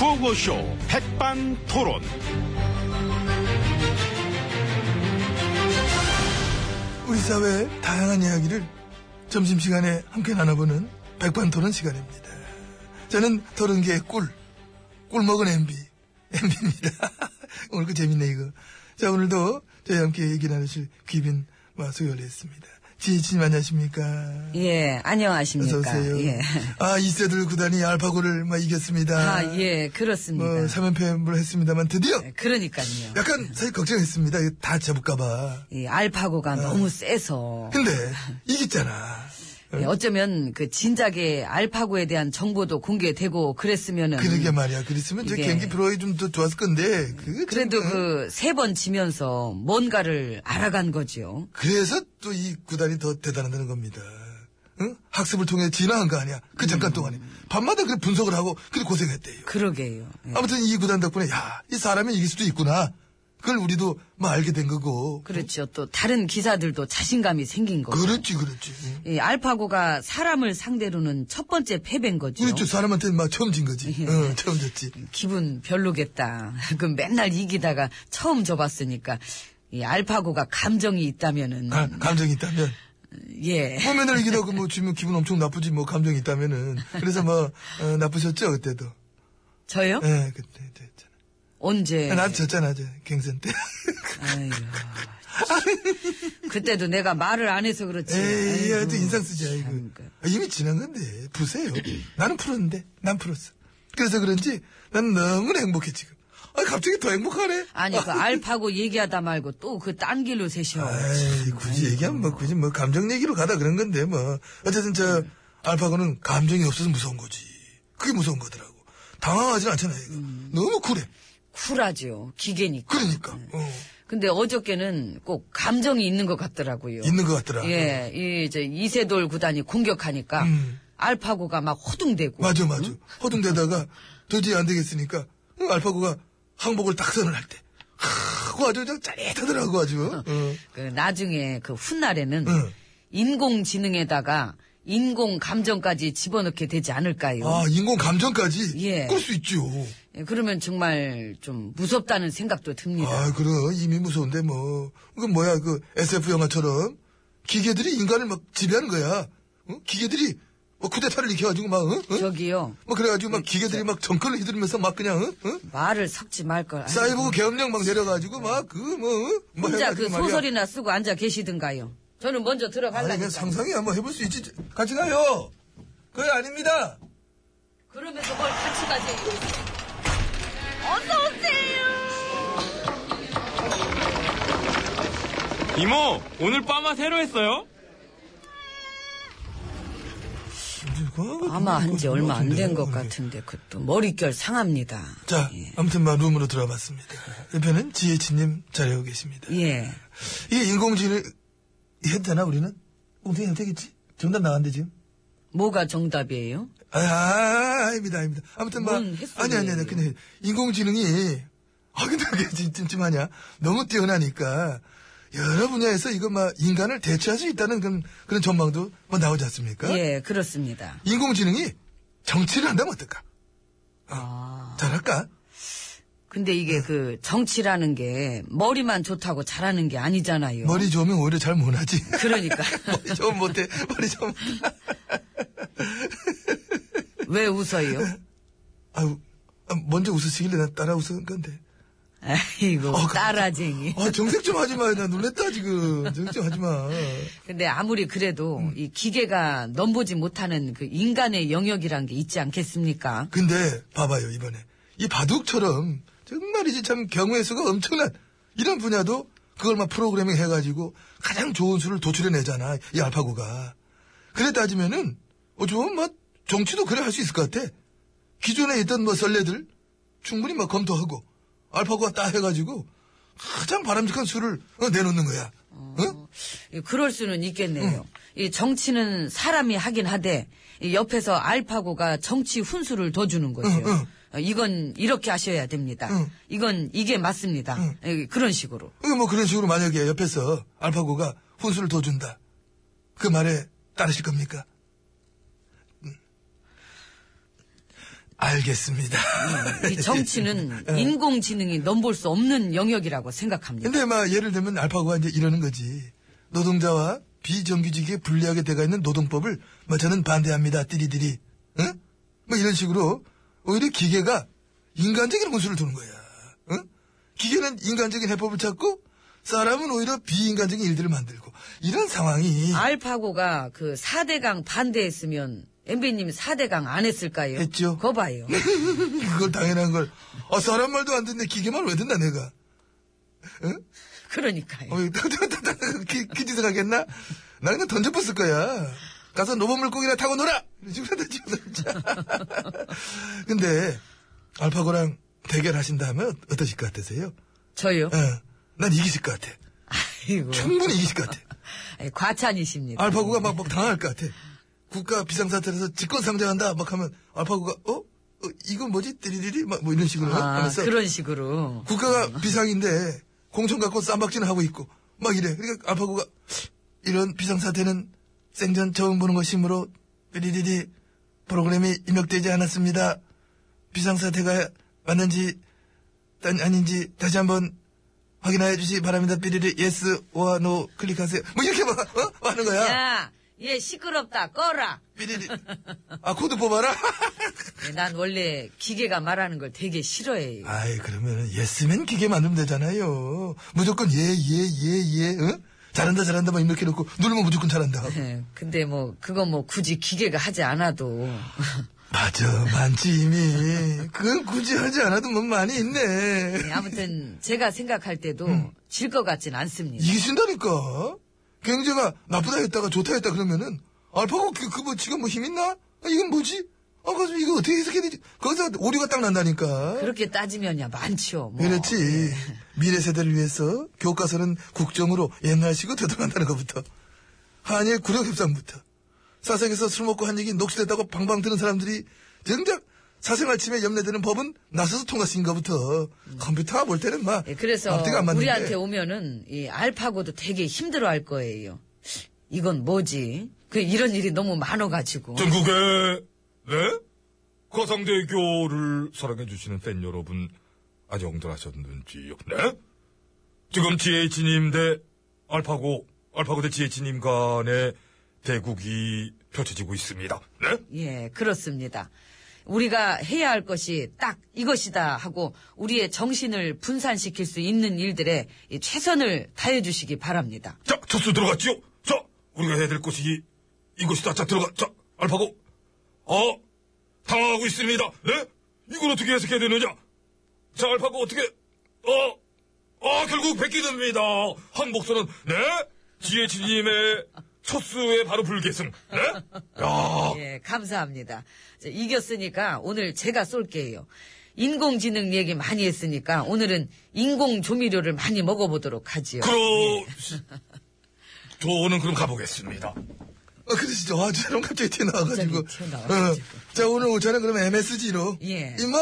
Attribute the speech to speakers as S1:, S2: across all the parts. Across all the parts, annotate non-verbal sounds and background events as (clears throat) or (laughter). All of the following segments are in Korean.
S1: 라디오쇼 백반 토론.
S2: 우리 사회의 다양한 이야기를 점심시간에 함께 나눠보는 백반토론 시간입니다. 저는 토론계의 꿀, 꿀 먹은 MB, MB입니다. (laughs) 오늘 그 재밌네, 이거. 자, 오늘도 저희와 함께 얘기 나누실 귀빈 와 소개했습니다. 지혜진님 안녕하십니까?
S3: 예, 안녕하십니까.
S2: 어서오세요.
S3: 예.
S2: 아, 이세돌 구단이 알파고를 막 이겼습니다.
S3: 아, 예, 그렇습니다. 예,
S2: 뭐, 3연패를 했습니다만 드디어
S3: 그러니까요.
S2: 약간 사실 걱정했습니다. 이거 다 접을까봐.
S3: 이 예, 알파고가
S2: 아.
S3: 너무 세서.
S2: 근데 이겼잖아.
S3: 예, 어쩌면 그 진작에 알파고에 대한 정보도 공개되고 그랬으면은.
S2: 그러게 말이야. 그랬으면 저
S3: 음. 이게-
S2: 경기 프로이 좀 더 좋았을 건데. 그
S3: 그래도 그 세 번 지면서 뭔가를 알아간 거지요.
S2: 그래서 또 이 구단이 더 대단하다는 겁니다. 응? 학습을 통해 진화한 거 아니야. 그 잠깐
S3: 음.
S2: 동안에 밤마다 그 분석을 하고 그래 고생했대요.
S3: 그러게요. 예.
S2: 아무튼 이 구단 덕분에 야, 이 사람이 이길 수도 있구나. 그걸 우리도 뭐 알게 된 거고.
S3: 그렇죠. 또 다른 기사들도 자신감이 생긴 거고.
S2: 그렇지, 그렇지. 응.
S3: 이 알파고가 사람을 상대로는 첫 번째 패배인 거죠.
S2: 그렇죠. 사람한테 막 처음 진 거지. 응, 처음 졌지.
S3: 기분 별로겠다. (laughs) 그 맨날 이기다가 처음 져봤으니까 이 알파고가 감정이 있다면은
S2: 아, 감정이 있다면.
S3: 예.
S2: 뭐 맨날 이기다가 뭐 지면 기분 엄청 나쁘지 뭐 감정이 있다면은. 그래서 뭐, 어, 나쁘셨죠, 그때도.
S3: 저요?
S2: 예, 네, 그때 됐잖아.
S3: 언제?
S2: 나도 졌잖아, 저 갱생 때.
S3: 아이고. 그때도 내가 말을 안 해서 (laughs) 그렇지.
S2: 에이,
S3: 아이고,
S2: 아주 인상 쓰지, 아이고.
S3: 참. 그.
S2: 아, 이미 지난 건데,
S3: (clears throat)
S2: 부세요. 나는 풀었는데, 난 풀었어. 그래서 그런지, 난 너무나 행복해, 지금. 아, 갑자기 더 행복하네.
S3: 아니 그 알파고 얘기하다 말고 또 그 딴 길로 세셔.
S2: 아이, 굳이 얘기하면 뭐, 굳이 뭐, 감정 얘기로 가다 그런 건데, 뭐. 어쨌든 저,
S3: 음.
S2: 알파고는 감정이 없어서 무서운 거지. 그게 무서운 거더라고. 당황하진 않잖아, 얘가.
S3: 음.
S2: 너무 쿨해.
S3: 쿨하죠. 기계니까.
S2: 그러니까. 어,
S3: 근데 어저께는 꼭 감정이 있는 것 같더라고요.
S2: 있는 것 같더라.
S3: 예, 이, 저, 이세돌 구단이 공격하니까,
S2: 음.
S3: 알파고가 막 호둥대고.
S2: 맞아, 맞아. 허둥대다가 도저히 안 되겠으니까 응, 알파고가 항복을 딱선을 할 때. 하고 아주 그냥 짜릿하더라고 아주. 응.
S3: 그 나중에 그 훗날에는
S2: 응.
S3: 인공지능에다가 인공 감정까지 집어넣게 되지 않을까요?
S2: 아 인공 감정까지
S3: 예.
S2: 끌 수 있죠.
S3: 예, 그러면 정말 좀 무섭다는 생각도 듭니다.
S2: 아 그럼 이미 무서운데 뭐 그건 뭐야 그 SF 영화처럼 기계들이 인간을 막 지배하는 거야. 응? 기계들이 뭐 쿠데타를 일으켜가지고 막 응? 응?
S3: 저기요,
S2: 뭐 그래가지고 막 기계들이 막 정권을 휘두르면서 막 그냥 응? 응?
S3: 말을 섞지 말걸.
S2: 사이보그 계엄령 막 내려가지고 막 그뭐 뭐
S3: 혼자 그
S2: 해가지고 말이야.
S3: 소설이나 쓰고 앉아 계시든가요. 저는 먼저
S2: 아니, 그냥
S3: 들어갈라니까
S2: 상상이 한번 해볼 수 있지. 같이 가요! 그게 아닙니다!
S3: 그러면서 뭘 같이 가지. 어서 오세요.
S4: 이모, 오늘 빠마 새로 했어요?
S3: 아마 한 지 얼마 안 된 것 같은데 예. 그것도 머릿결 상합니다.
S2: 네. 자, 아무튼, 막, 룸으로 들어와 봤습니다. 옆에는 지혜치님 자리하고 계십니다.
S3: 예.
S2: 이게 인공지능, 해도 되나, 우리는? 엉덩이 해도 되겠지? 정답 나왔는데, 지금?
S3: 뭐가 정답이에요?
S2: 아, 아, 아닙니다, 아닙니다. 아무튼, 막,
S3: 뭔 햇소리예요.
S2: 아니, 아니, 아니, 그냥, 인공지능이, 아, 근데 그게 찜- 찜찜하냐? 너무 뛰어나니까, 여러 분야에서 이거 막, 인간을 대체할 수 있다는 그런, 그런 전망도 막 나오지 않습니까?
S3: 예, 그렇습니다.
S2: 인공지능이 정치를 한다면 어떨까? 어,
S3: 아.
S2: 잘할까?
S3: 근데 이게 그 정치라는 게 머리만 좋다고 잘하는 게 아니잖아요.
S2: 머리 좋으면 오히려 잘 못하지. (laughs)
S3: 그러니까
S2: 머리
S3: (laughs)
S2: 좀 못해. 머리 좀.
S3: 왜 웃어요?
S2: (laughs) 아유, 아, 먼저 웃으시길래 난 따라 웃은 건데. 어,
S3: 아이고 따라쟁이.
S2: 아, 정색 좀 하지 마. 나 놀랬다, 지금. 정색 좀 하지 마.
S3: 근데 아무리 그래도
S2: 음.
S3: 이 기계가 넘보지 못하는 그 인간의 영역이란 게 있지 않겠습니까?
S2: 근데, 봐봐요, 이번에. 이 바둑처럼, 정말이지 참 경우의 수가 엄청난, 이런 분야도 그걸 막 프로그래밍 해가지고 가장 좋은 수를 도출해내잖아, 이 알파고가. 그래 따지면은, 어쩌면 막, 정치도 그래 할 수 있을 것 같아. 기존에 있던 뭐 썰레들, 충분히 막 검토하고, 알파고가 따 해가지고, 가장 바람직한 수를 어, 내놓는 거야. 응?
S3: 예, 그럴 수는 있겠네요.
S2: 음.
S3: 이 정치는 사람이 하긴 하되 이 옆에서 알파고가 정치 훈수를 더 주는 거죠.
S2: 응, 응.
S3: 어, 이건 이렇게 하셔야 됩니다.
S2: 응.
S3: 이건 이게 맞습니다.
S2: 음.
S3: 예, 그런 식으로.
S2: 이거 뭐 그런 식으로 만약에 옆에서 알파고가 훈수를 더 준다. 그 말에 따르실 겁니까? 음. 알겠습니다.
S3: 음, 이
S2: (laughs)
S3: 정치는 인공지능이 넘볼 수 없는 영역이라고 생각합니다.
S2: 예. 근데 막 예를 들면 알파고가 이제 이러는 거지. 노동자와 비정규직에 불리하게 돼가 있는 노동법을 뭐 저는 반대합니다. 띠리디리. 응? 뭐 이런 식으로 오히려 기계가 인간적인 모습을 두는 거야. 응? 기계는 인간적인 해법을 찾고 사람은 오히려 비인간적인 일들을 만들고 이런 상황이
S3: 아. 알파고가 그 4대강 반대했으면 엠비님이 4대강 안 했을까요?
S2: 했죠. 예.
S3: 거 봐요.
S2: 그걸 당연한 걸. 아 사람 말도 안 듣는데 기계만 왜 듣나 내가.
S3: (laughs)
S2: (laughs)
S3: 그러니까요.
S2: 어, 퀴즈 생각했나? 나 그냥 던져봤을 거야. 가서 로봇 물고기나 타고 놀아! 이런 식으로 던지면서. (laughs) 근데, 알파고랑 대결하신다 하면 어떠실 것 같으세요?
S3: 저요?
S2: 어, 난 이기실 것 같아.
S3: 아이고.
S2: 충분히 이기실 것 같아.
S3: 아이, 예, 과찬이십니다.
S2: 알파고가 막, 막 당할 것 같아. 국가 비상사태에서 집권상장한다, 막 하면, 알파고가, 어? 어, 이건 뭐지? 띠리리리? 막, 뭐 이런 식으로
S3: 아,
S2: 하면서.
S3: 그런 식으로.
S2: 국가가 비상인데 공천 갖고 쌈박질을 하고 있고 막 이래. 그러니까 알파고가 이런 비상사태는 생전 처음 보는 것이므로 삐리리리 프로그램이 입력되지 않았습니다. 비상사태가 맞는지 딴- 아닌지 다시 한번 확인하여 주시기 바랍니다. 삐리리 예스 오아 노 클릭하세요. 뭐 이렇게 막 어? 막 하는 거야.
S3: 야, 얘 시끄럽다. 꺼라.
S2: 삐리리 아 코드 뽑아라. (laughs)
S3: 예, 난 원래 기계가 말하는 걸 되게 싫어해요.
S2: 아이, 그러면 예스맨 기계 만들면 되잖아요. 무조건 예, 예, 예, 예, 응? 잘한다, 잘한다, 막 이렇게 놓고 누르면 무조건 잘한다. 하고.
S3: 예, 근데 뭐, 그거 뭐 굳이 기계가 하지 않아도. (laughs)
S2: 맞아, 많지, 이미. 그건 굳이 하지 않아도 뭐 많이 있네.
S3: 예, 아무튼 제가 생각할 때도
S2: 음.
S3: 질 것 같진 않습니다.
S2: 이기신다니까. 경제가 나쁘다 했다가 좋다 했다 그러면은, 알파고 그, 그, 뭐, 지금 뭐 힘 있나? 아, 이건 뭐지? 아, 그래서 이거 어떻게 해석해야 되지? 거기서 오류가 딱 난다니까.
S3: 그렇게 따지면야 많죠. 뭐.
S2: 그렇지. 미래 세대를 위해서 교과서는 국정으로 옛날식으로 되돌아간다는 것부터. 한일 구력 협상부터. 사생에서 술 먹고 한 얘기 녹취됐다고 방방 뜨는 사람들이 정작 사생활 침해 염려되는 법은 나서서 통과시킨가부터 컴퓨터가 볼 때는 막
S3: 음. 예, 그래서
S2: 앞뒤가 안 맞는
S3: 우리한테
S2: 게
S3: 오면은 이 알파고도 되게 힘들어할 거예요. 이건 뭐지? 그 이런 일이 너무 많아가지고.
S5: 전국의 네 거상대교를 사랑해 주시는 팬 여러분 안녕들 하셨는지요? 네 지금 GH님 대 알파고 알파고 대 GH님 간의 대국이 펼쳐지고 있습니다. 네
S3: 예, 그렇습니다. 우리가 해야 할 것이 딱 이것이다 하고 우리의 정신을 분산시킬 수 있는 일들에 이 최선을 다해 주시기 바랍니다.
S5: 자, 첫수 들어갔지요? 자, 우리가 해야 될 것이 이것이다. 자, 들어가. 자, 알파고. 어, 당황하고 있습니다. 네? 이걸 어떻게 해석해야 되느냐? 자, 알파고 어떻게, 어, 아, 결국 뺏기됩니다. 한 목소는, 네? 지혜진님의 첫수에 바로 불계승. 네? 야,
S3: 예, 감사합니다. 이제 이겼으니까 오늘 제가 쏠게요. 인공지능 얘기 많이 했으니까 오늘은 인공 조미료를 많이 먹어보도록 하지요. 예,
S5: 그러, 저는 그럼 가보겠습니다.
S2: 아, 그러시죠. 아, 저런 갑자기 튀어나와가지고.
S3: 갑자기 튀어나와가지고.
S2: 어. 자, 오늘 오전에 그럼 MSG로.
S3: 예.
S2: 이모!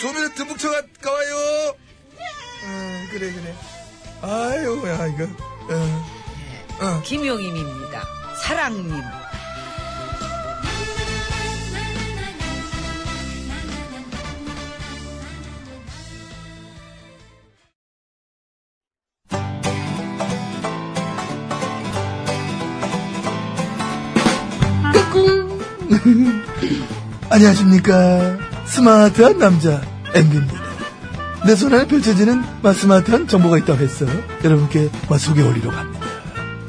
S2: 조미료 듬뿍 쳐가 와요! 음, 그래, 그래. 아유, 야, 이거. 어. 어.
S3: 김용임입니다. 사랑님.
S2: 안녕하십니까. 스마트한 남자, MB입니다. 내 손안에 펼쳐지는 맛 스마트한 정보가 있다고 해서 여러분께 맛 소개 올리려고 합니다.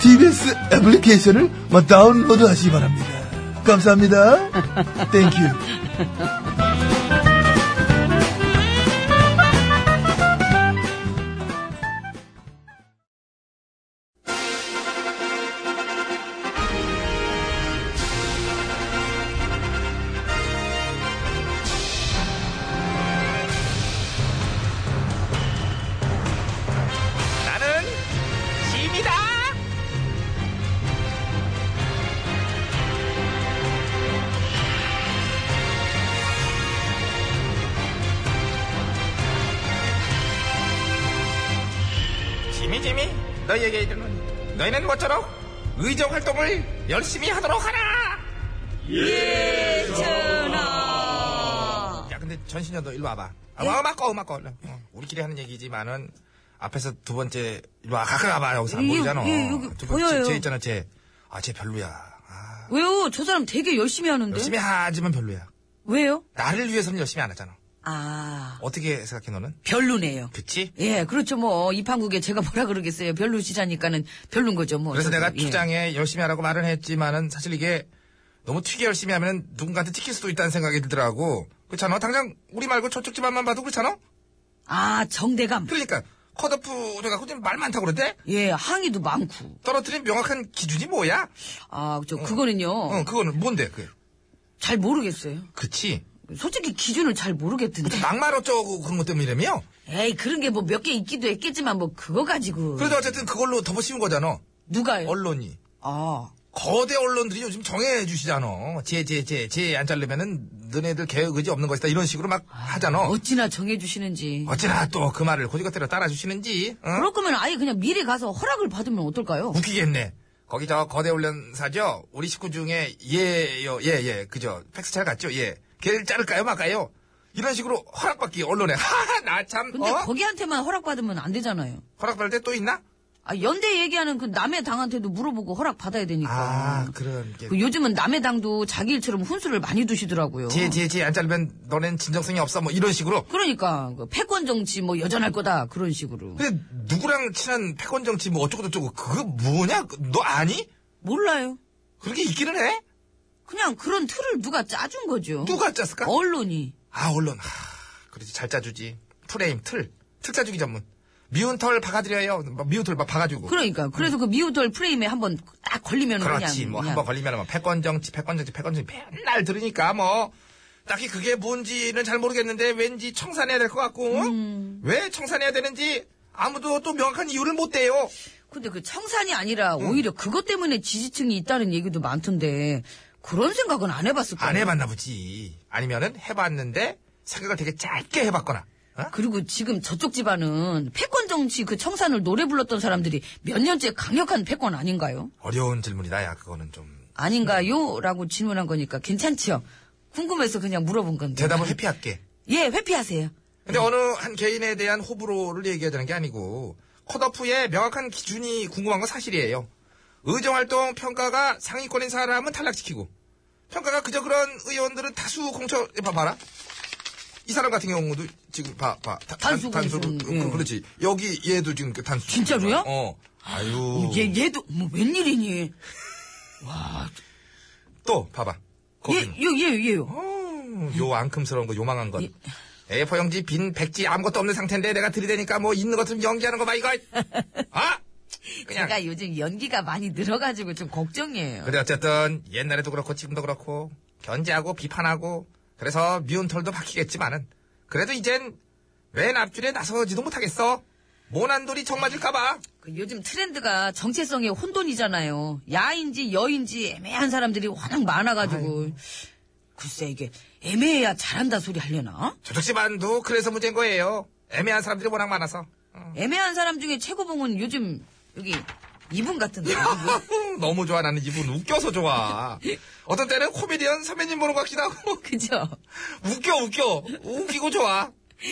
S2: TBS 애플리케이션을 막 다운로드 하시기 바랍니다. 감사합니다. 땡큐.
S6: 지미 지미 너희에게 이르노니 너희는 모쪼록 의정 활동을 열심히 하도록 하라.
S3: 전하.
S6: 야 근데 전신여 너 일로 와봐. 아, 와 맞고 맞고. 우리끼리 하는 얘기지만은 앞에서 두 번째 일로 와 가끔 와봐 여기서 안
S3: 예,
S6: 보이잖아.
S3: 예, 여기
S6: 두
S3: 보여요.
S6: 쟤 있잖아 쟤. 아쟤 별로야. 아,
S3: 왜요? 저 사람 되게 열심히 하는데.
S6: 열심히 하지만 별로야.
S3: 왜요?
S6: 나를 위해서는 열심히 안 하잖아.
S3: 아,
S6: 어떻게 생각해 너는?
S3: 별로네요.
S6: 그치?
S3: 예, 그렇죠 뭐. 이 판국에 제가 뭐라 그러겠어요. 별로시자니까는 별론 거죠 뭐.
S6: 그래서
S3: 저도,
S6: 내가
S3: 예.
S6: 주장에 열심히 하라고 말은 했지만은 사실 이게 너무 튀게 열심히 하면 누군가한테 찍힐 수도 있다는 생각이 들더라고. 그렇잖아. 당장 우리 말고 저쪽 집안만 봐도 그렇잖아.
S3: 아, 정대감.
S6: 그러니까 컷오프 내가 호주말 많다고 그러대.
S3: 예, 항의도 많고.
S6: 떨어뜨린 명확한 기준이 뭐야?
S3: 아, 저 그거는요.
S6: 어, 그거는 뭔데? 그
S3: 잘 모르겠어요.
S6: 그치.
S3: 솔직히 기준을 잘 모르겠던데.
S6: 무슨 막말 어쩌고 그런 것 때문이라며?
S3: 에이, 그런 게 뭐 몇 개 있기도 했겠지만 뭐 그거 가지고.
S6: 그래도 어쨌든 그걸로 덮어씌운 거잖아. 네.
S3: 누가요?
S6: 언론이.
S3: 아,
S6: 거대 언론들이 요즘 정해주시잖아. 쟤, 쟤, 쟤, 쟤안 자르면은 너네들 개혁 의지 없는 것이다. 이런 식으로 막 하잖아. 뭐
S3: 어찌나 정해주시는지.
S6: 어찌나 또 그 말을 고지것대로 따라주시는지 응?
S3: 그럴 거면 아예 그냥 미리 가서 허락을 받으면 어떨까요?
S6: 웃기겠네 거기 저 거대 훈련사죠 우리 식구 중에 예요 예예 그죠 팩스 잘 갔죠 예 걔를 자를까요 말까요 이런 식으로 허락받기 언론에 (laughs) 하하 나참
S3: 근데
S6: 어?
S3: 거기한테만 허락받으면 안 되잖아요.
S6: 허락받을 때 또 있나
S3: 아, 연대 얘기하는 그 남의 당한테도 물어보고 허락받아야 되니까.
S6: 아 그런
S3: 그 요즘은 남의 당도 자기 일처럼 훈수를 많이 두시더라고요.
S6: 게제제제안 자르면 너넨 진정성이 없어 뭐 이런 식으로
S3: 그러니까 그 패권 정치 뭐 여전할 거다 그런 식으로.
S6: 근데 누구랑 친한 패권 정치 뭐 어쩌고 저쩌고 그거 뭐냐 너 아니
S3: 몰라요.
S6: 그렇게 있기는 해
S3: 그냥 그런 틀을 누가 짜준 거죠.
S6: 누가 짰을까
S3: 언론이.
S6: 아, 언론. 하, 그러지. 잘 짜주지. 프레임, 틀. 틀 짜주기 전문. 미운 털 박아드려요. 막 미운 털 막 박아주고.
S3: 그러니까 그래서 그 미우돌 프레임에 한번 딱 걸리면 그냥
S6: 음. 그렇지. 뭐,
S3: 그냥.
S6: 한 번 걸리면 뭐, 패권 정치, 패권 정치, 패권 정치 맨날 들으니까 뭐. 딱히 그게 뭔지는 잘 모르겠는데 왠지 청산해야 될 것 같고.
S3: 음.
S6: 왜 청산해야 되는지 아무도 또 명확한 이유를 못 대요.
S3: 근데 그 청산이 아니라
S6: 음.
S3: 오히려 그것 때문에 지지층이 있다는 얘기도 많던데 그런 생각은 안 해봤을 거예요.
S6: 안 해봤나 보지. 아니면은 해봤는데 생각을 되게 짧게 해봤거나. 어?
S3: 그리고 지금 저쪽 집안은 패권 정치 그 청산을 노래 불렀던 사람들이 몇 년째 강력한 패권 아닌가요?
S6: 어려운 질문이다, 야. 그거는 좀.
S3: 아닌가요? 라고 질문한 거니까 괜찮지요? 궁금해서 그냥 물어본 건데.
S6: 대답을 회피할게.
S3: 예, 회피하세요.
S6: 근데
S3: 음.
S6: 어느 한 개인에 대한 호불호를 얘기하자는 게 아니고 컷오프의 명확한 기준이 궁금한 건 사실이에요. 의정활동 평가가 상위권인 사람은 탈락시키고 평가가 그저 그런 의원들은 다수 공천 봐, 봐라. 이 사람 같은 경우도 지금 봐, 봐. 다-
S3: 단수
S6: 단- 단수로.
S3: 공천,
S6: 그-
S3: 응.
S6: 그렇지. 여기 얘도 지금 그 단수.
S3: 진짜로요?
S6: 어. 아유.
S3: 얘, 얘도, 뭐, 웬일이니?
S6: 또 봐봐.
S3: 얘,
S6: 거기는.
S3: 얘, 얘, 예, 얘요.
S6: 어우, 요 앙큼스러운 거, 요망한 건. A4 용지 빈 백지 아무것도 없는 상태인데 내가 들이대니까 뭐 있는 것처럼 연기하는 거 봐, 이거. 아! 그냥.
S3: 제가 요즘 연기가 많이 늘어가지고 좀 걱정이에요.
S6: 근데 어쨌든 옛날에도 그렇고 지금도 그렇고 견제하고 비판하고 그래서 미운 털도 박히겠지만은 그래도 이젠 맨 앞줄에 나서지도 못하겠어. 모난돌이 정 맞을까봐.
S3: 그 요즘 트렌드가 정체성의 혼돈이잖아요. 야인지 여인지 애매한 사람들이 워낙 많아가지고. 글쎄, 이게 애매해야 잘한다 소리 하려나?
S6: 저쪽 집안도 그래서 문제인 거예요. 애매한 사람들이 워낙 많아서.
S3: 애매한 사람 중에 최고봉은 요즘 여기 이분 같은데. (laughs)
S6: 너무 좋아. 나는 이분 웃겨서 좋아. 어떤 때는 코미디언 선배님 보는 것 같기도 하고.
S3: 그죠?
S6: 웃겨 웃겨 웃기고 좋아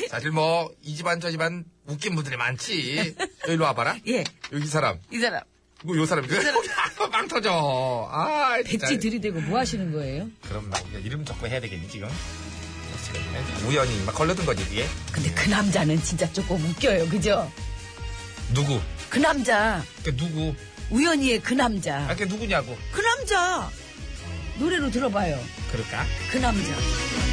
S6: 사실 뭐 이 집안 저 집안 웃긴 분들이 많지 여기로 와봐라
S3: 예.
S6: 여기 이 사람
S3: 이 사람.
S6: 이거 요 사람 (laughs) 이거 망 터져 아 진짜.
S3: 백지 들이대고 뭐 하시는 거예요?
S6: 그럼 나 우리가 이름 적고 해야 되겠니 지금 우연히 막 걸려든 거지 이게
S3: 근데 그 남자는 진짜 조금 웃겨요, 그죠?
S6: 누구
S3: 그 남자,
S6: 그 누구 아,
S3: 우연히의 그 남자,
S6: 아그 누구냐고
S3: 그 남자 노래로 들어봐요.
S6: 그럴까
S3: 그 남자.